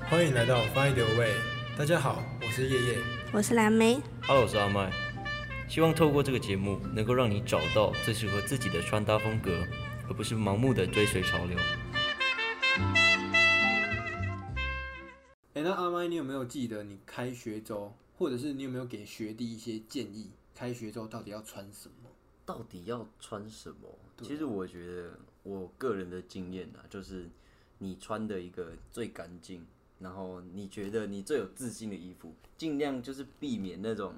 欢迎来到 Find Your Way。大家好，我是叶叶。我是蓝莓， Hello，我是阿麦，希望透过这个节目能够让你找到最适合自己的穿搭风格，而不是盲目的追随潮流。哎，那阿麦，你有没有记得你开学周，或者是你有没有给学弟一些建议？开学周到底要穿什么？到底要穿什么？其实我觉得我个人的经验啊，就是你穿的一个最干净，然后你觉得你最有自信的衣服，尽量就是避免那种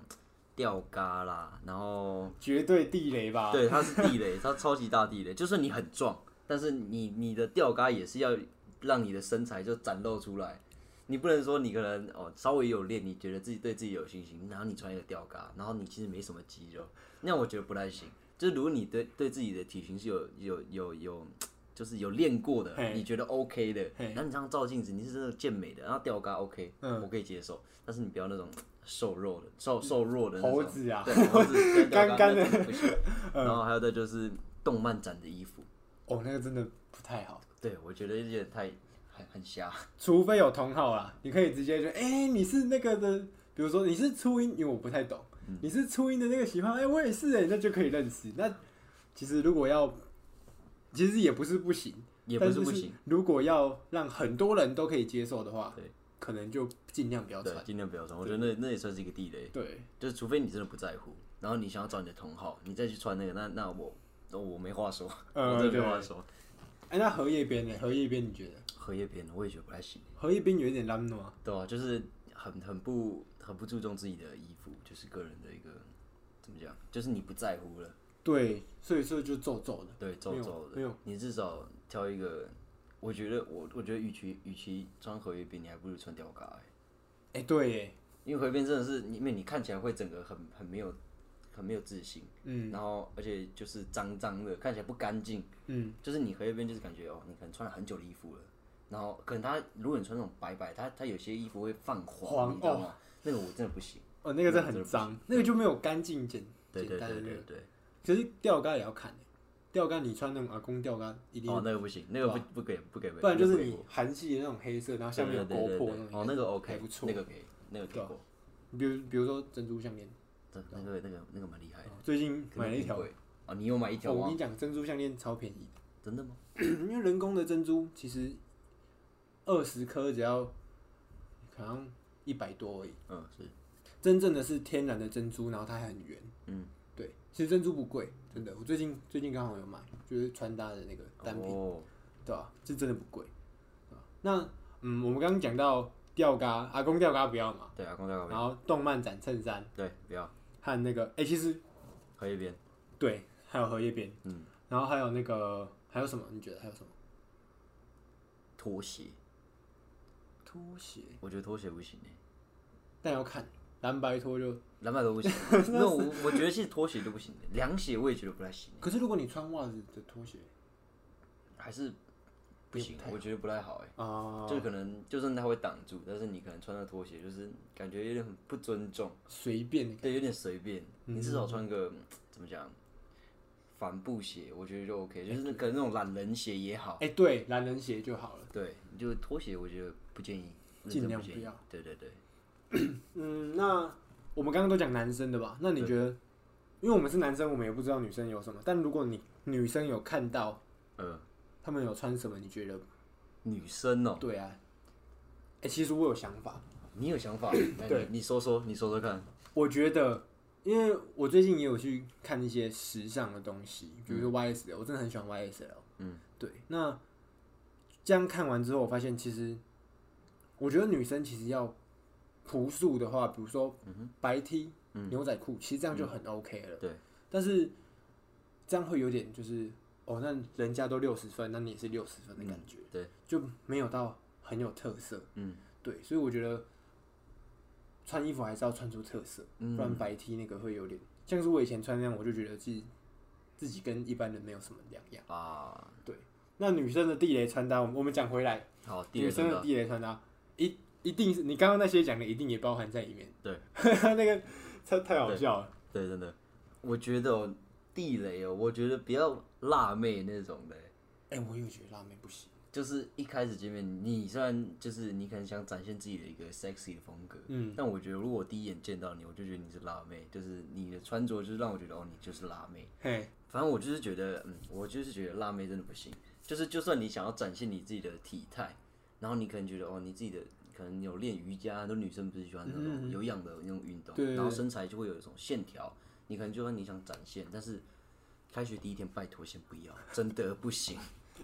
吊嘎啦，然后绝对地雷吧？对，它是地雷，它超级大地雷。就算你很壮，但是你你的吊嘎也是要让你的身材就展露出来。你不能说你可能哦稍微有练，你觉得自己对自己有信心，然后你穿一个吊嘎，然后你其实没什么肌肉，那样我觉得不太行。就是如果你对对自己的体型是有有有有，就是有练过的嘿，你觉得 OK 的，嘿然后你这样照镜子，你是真的健美的，然后吊嘎 OK，、嗯我可以接受，但是你不要那种瘦肉的、瘦瘦弱的那种猴子啊对 猴子对吊干嘎干的嗯那真 不行。然后还有再就是动漫展的衣服，哦，那个真的不太好，对我觉得有点太很很瞎。除非有同号啦，你可以直接就，哎、你是那个的，比如说你是初音，因为我不太懂，你是初音的那个喜欢，哎、我也是哎、那就可以认识。那其实如果要，其实也不是不行，也不是但不行，如果要让很多人都可以接受的话，对，可能就尽量不要对穿。，尽量不要穿。我觉得那那也算是一个地雷，对，就是除非你真的不在乎，然后你想要找你的同好，你再去穿那个，那那我那我没话说，呃 我真的对没话说。哎、那荷叶边呢？荷叶边你觉得？荷叶边我也觉得不太行，欸荷叶边有一点浪暖，对啊，就是很很不很不注重自己的衣服，就是个人的一个怎么讲，就是你不在乎了，对，所以说就皱皱的。对，没皱皱有没的有，你至少挑一个。我觉得我我觉得，与其与其穿荷叶边，你还不如穿吊嘎、欸。哎、对耶，因为回边真的是，因为你看起来会整个很很没有很没有自信，嗯然后而且就是脏脏的，看起来不干净，嗯，就是你回边就是感觉哦，你可能穿了很久的衣服了，然后可能他如果你穿那种白白，他他有些衣服会泛黄黄，你知道吗？那个我真的不行。哦，那个真的那个真的很不脏，那个就没有干净简对简对单的对那个对。对，可是吊杆也要看耶、吊杆你穿那种阿公吊杆一定，哦那个不行，那个不不给不给，不然就是那个你不给韩系的那种黑色，然后下面有对勾对对破对对那种，哦那个还 OK，不错那个可以，那个可以过，比如比如说珍珠项链，对那个那个那个蛮厉害的，最近嗯买了一条，哦可是挺贵哦，你有买一条哦我吗跟？你讲，珍珠项链超便宜真的吗？的，因为人工的珍珠其实二十颗只要可能一百多而已，嗯，是真正的是天然的珍珠，然后它还很圆，嗯，对，其实珍珠不贵，真的，我最近最近刚好有买，就是穿搭的那个单品。哦，对吧、这真的不贵。对吧那嗯，我们刚刚讲到吊嘎，阿公吊嘎不要嘛，对啊，公仔高然后动漫展衬衫对，不要和那个，哎、其实荷叶边，对，还有荷叶边，嗯，然后还有那个还有什么？你觉得还有什么？拖鞋，拖鞋，我觉得拖鞋不行诶，欸但要看蓝白拖就，蓝白 都不行。那我我觉得其实拖鞋就不行欸，凉鞋我也觉得不太行欸，可是如果你穿袜子的拖鞋还是不也行不欸太，好我觉得不太好诶。啊、就可能就算它会挡住，但是你可能穿的拖鞋就是感觉有点很不尊重，随便对，有点随便。你至少穿个嗯怎么讲，帆布鞋，我觉得就 OK，就是那可能那种懒人鞋也好。哎、对，懒人鞋就好了。对，就拖鞋我觉得不建议，认尽真量不建不议要。对对对，嗯，那我们刚刚都讲男生的吧？那你觉得，因为我们是男生，我们也不知道女生有什么，但如果你女生有看到呃，他们有穿什么，你觉得女生哦，对啊，哎、其实我有想法，你有想 法？来对，你你说说，你说说看。我觉得，因为我最近也有去看一些时尚的东西，比如说 YSL，、我真的很喜欢 YSL。嗯，对。那这样看完之后，我发现其实，我觉得女生其实要朴素的话，比如说嗯白 T、牛仔裤，其实这样就很 OK 了。对。但是这样会有点就是，哦，那人家都六十分，那你也是六十分的感觉。对，就没有到很有特色。嗯，对，所以我觉得穿衣服还是要穿出特色，嗯不然白 T 那个会有点像是我以前穿那样，我就觉得自己自己跟一般人没有什么两样。啊，对，那女生的地雷穿搭，我们我们讲回来，好，第女二生个的地雷穿搭一一定是你刚刚那些讲的，一定也包含在里面。对， 那个太太好笑了。对，真的，我觉得哦，地雷哦，我觉得比较辣妹那种的，哎、我有觉得辣妹不行，就是一开始见面，你虽然就是你可能想展现自己的一个 sexy 的风格，嗯，但我觉得如果我第一眼见到你，我就觉得你是辣妹，就是你的穿着就是让我觉得哦，你就是辣妹。嘿，反正我就是觉得，嗯，我就是觉得辣妹真的不行。就是就算你想要展现你自己的体态，然后你可能觉得哦，你自己的可能有练瑜伽，很多女生不是喜欢那种有氧的那种运动，嗯对对然后身材就会有一种线条。你可能就算你想展现，但是开学第一天，拜托先不要，真的不行。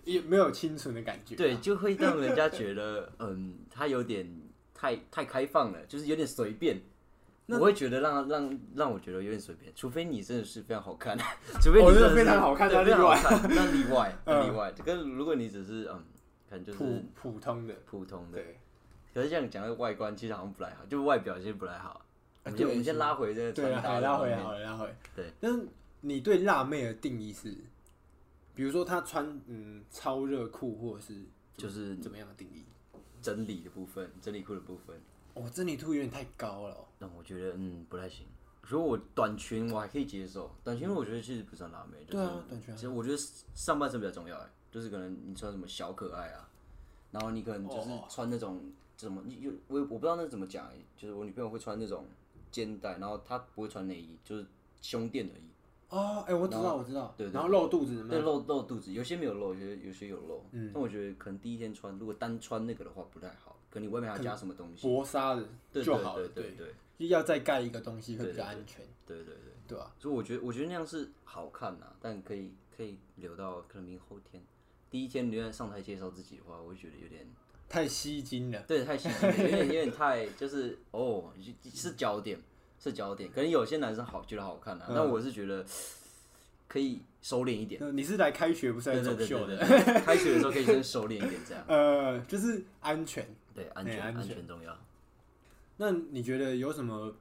也没有清纯的感觉。对，就会让人家觉得，嗯，他有点太太开放了，就是有点随 便。我会觉得让让让我觉得有点随便，除非你真的是非常好看，啊 除非你哦那真的是非常好看对那非常例好外嗯看 那例外，那例外。这个如果你只是嗯，可能就是普普通的，普通的，对可是这样讲的外观其实好像不太好，就外表其实不太好。我们啊对先啊我们先拉回这个对穿啊，搭还的拉方回来面，好了，拉回来。对，但是你对辣妹的定义是，比如说她穿嗯超热裤，或者是就是怎么样的定义？整理的部分，整理裤的部分，哦，真理兔有点太高了哦、那我觉得嗯不太行。如果我短裙我还可以接受，短裙我觉得其实不算辣妹，就是对啊短裙其实我觉得上半身比较重要，哎，就是可能你穿什么小可爱啊，然后你可能哦就是穿那种怎么你有我我不知道那怎么讲，哎就是我女朋友会穿那种肩带，然后她不会穿内衣，就是胸垫而已，哦，哎、我知道，我知道。对对然后露肚子对，吗？露露肚子，有些没有露，有些有些有露。嗯，但我觉得可能第一天穿，如果单穿那个的话不太好，可能你外面还要加什么东西，薄纱的对就对好了，对对对就要再盖一个东西会比较安全，对对对。啊对吧、所以我觉得，我觉得那样是好看呐、但可以可以留到可能明后天。第一天你在上台介绍自己的话，我会觉得有点太吸睛了，对太新奇，有点有点太就是哦是焦点是焦点，可能有些男生好觉得好看啊，但我是觉得可以收敛一点。呃你是来开学不是来对对走对秀对的？对，开学的时候可以先收敛一点，这样呃，就是安全。 对安哎全安安全全重要。那你觉得有什么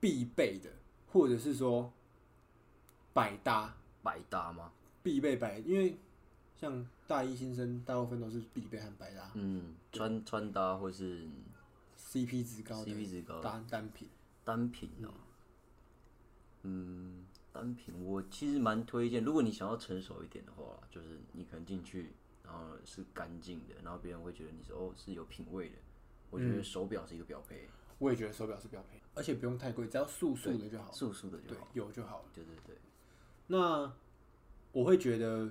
必备的，或者是说百搭百搭吗？必备百？因为像大一新生大部分都是必备和百搭嗯，穿穿搭或是，CP 值高的 CP 值高单单品。单品哦、嗯，单品我其实蛮推荐，如果你想要成熟一点的话，就是你可能进去，然后是干净的，然后别人会觉得你是哦是有品味的。我觉嗯得手表是一个标配，我也觉得手表是标配，而且不用太贵，只要素素的就好，素素的就对好。，有就好了。对对对，那我会觉得，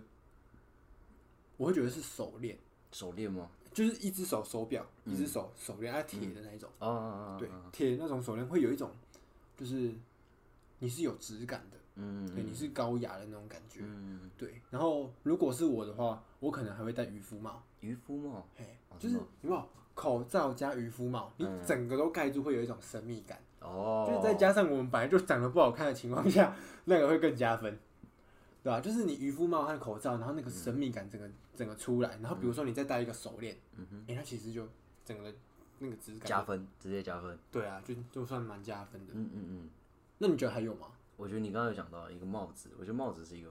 我会觉得是手链，手链吗？就是一只手手表，一只手手链，啊，铁的那一种，啊啊啊！啊对，铁那种手链会有一种，就是你是有质感的，嗯，对，你是高雅的那种感觉，嗯，对。然后如果是我的话，我可能还会戴渔夫帽，渔夫帽，嘿哦，嗯就是有没有口罩加渔夫帽，你整个都盖住，会有一种神秘感。哦，就是再加上我们本来就长得不好看的情况下，那个会更加分，对吧、就是你渔夫帽和口罩，然后那个神秘感整嗯个整个出来，然后比如说你再戴一个手链，嗯哼，哎、它其实就整个那个质感，加分，直接加分。对啊，就就算蛮加分的。嗯嗯嗯。那你觉得还有吗？我觉得你刚刚有讲到一个帽子，我觉得帽子是一个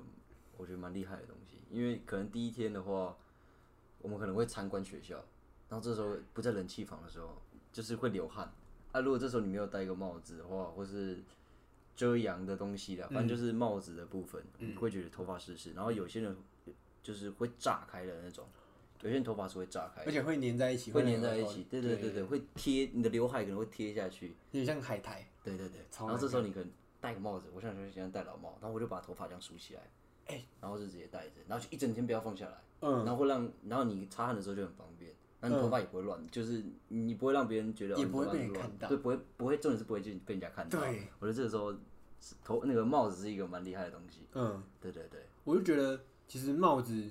我觉得蛮厉害的东西，因为可能第一天的话，我们可能会参观学校，然后这时候不在冷气房的时候，就是会流汗。啊，如果这时候你没有戴一个帽子的话，或是遮阳的东西啦，反正就是帽子的部分，你会觉得头发湿湿。然后有些人就是会炸开的那种，有些人头发是会炸开而且会粘在一起，哎会粘粘在一起，对对对对，对，会贴你的刘海可能会贴下去。有点像海苔，对对对，超然后这时候你可能戴个帽子，我想说喜欢戴老帽，然后我就把头发这样梳起来，哎，然后就直接戴着，然后就一整天不要放下来，嗯，然后会让，然后你擦汗的时候就很方便，然后你头发也不会乱，就是你不会让别人觉得嗯哦也你不会头发被很人乱看到对，不会不会，重点是不会被被人家看到，对，我觉得这个时候是头那个帽子是一个蛮厉害的东西，嗯，对对对，我就觉得其实帽子。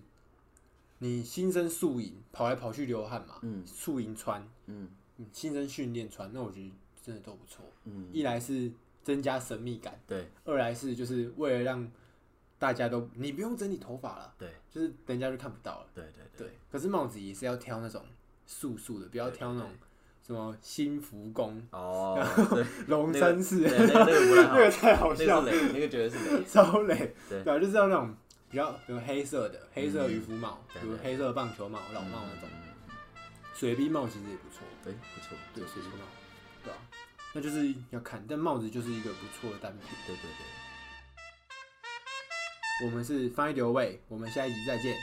你新生宿营跑来跑去流汗嘛，嗯，宿营穿，嗯嗯，新生训练穿，那我觉得真的都不错。嗯，一来是增加神秘感，对二来是就是为了让大家都你不用整理头发了，对就是人家就看不到了。对对对，对，可是帽子也是要挑那种素素的，不要挑那种什么新福宫、哦， 龙山寺，对那个那个不太那个太好好那笑，个是雷，那个绝对是 雷，超累。对嗯对啊，就是要那种比较比如黑色的黑色渔夫帽，对比如对嗯黑色棒球帽、老帽那种。水兵帽其实也不错，哎，不错，对，水兵帽，对啊，那就是要看，但帽子就是一个不错的单品。对对对，我们是 Find Your Way，我们下一集再见，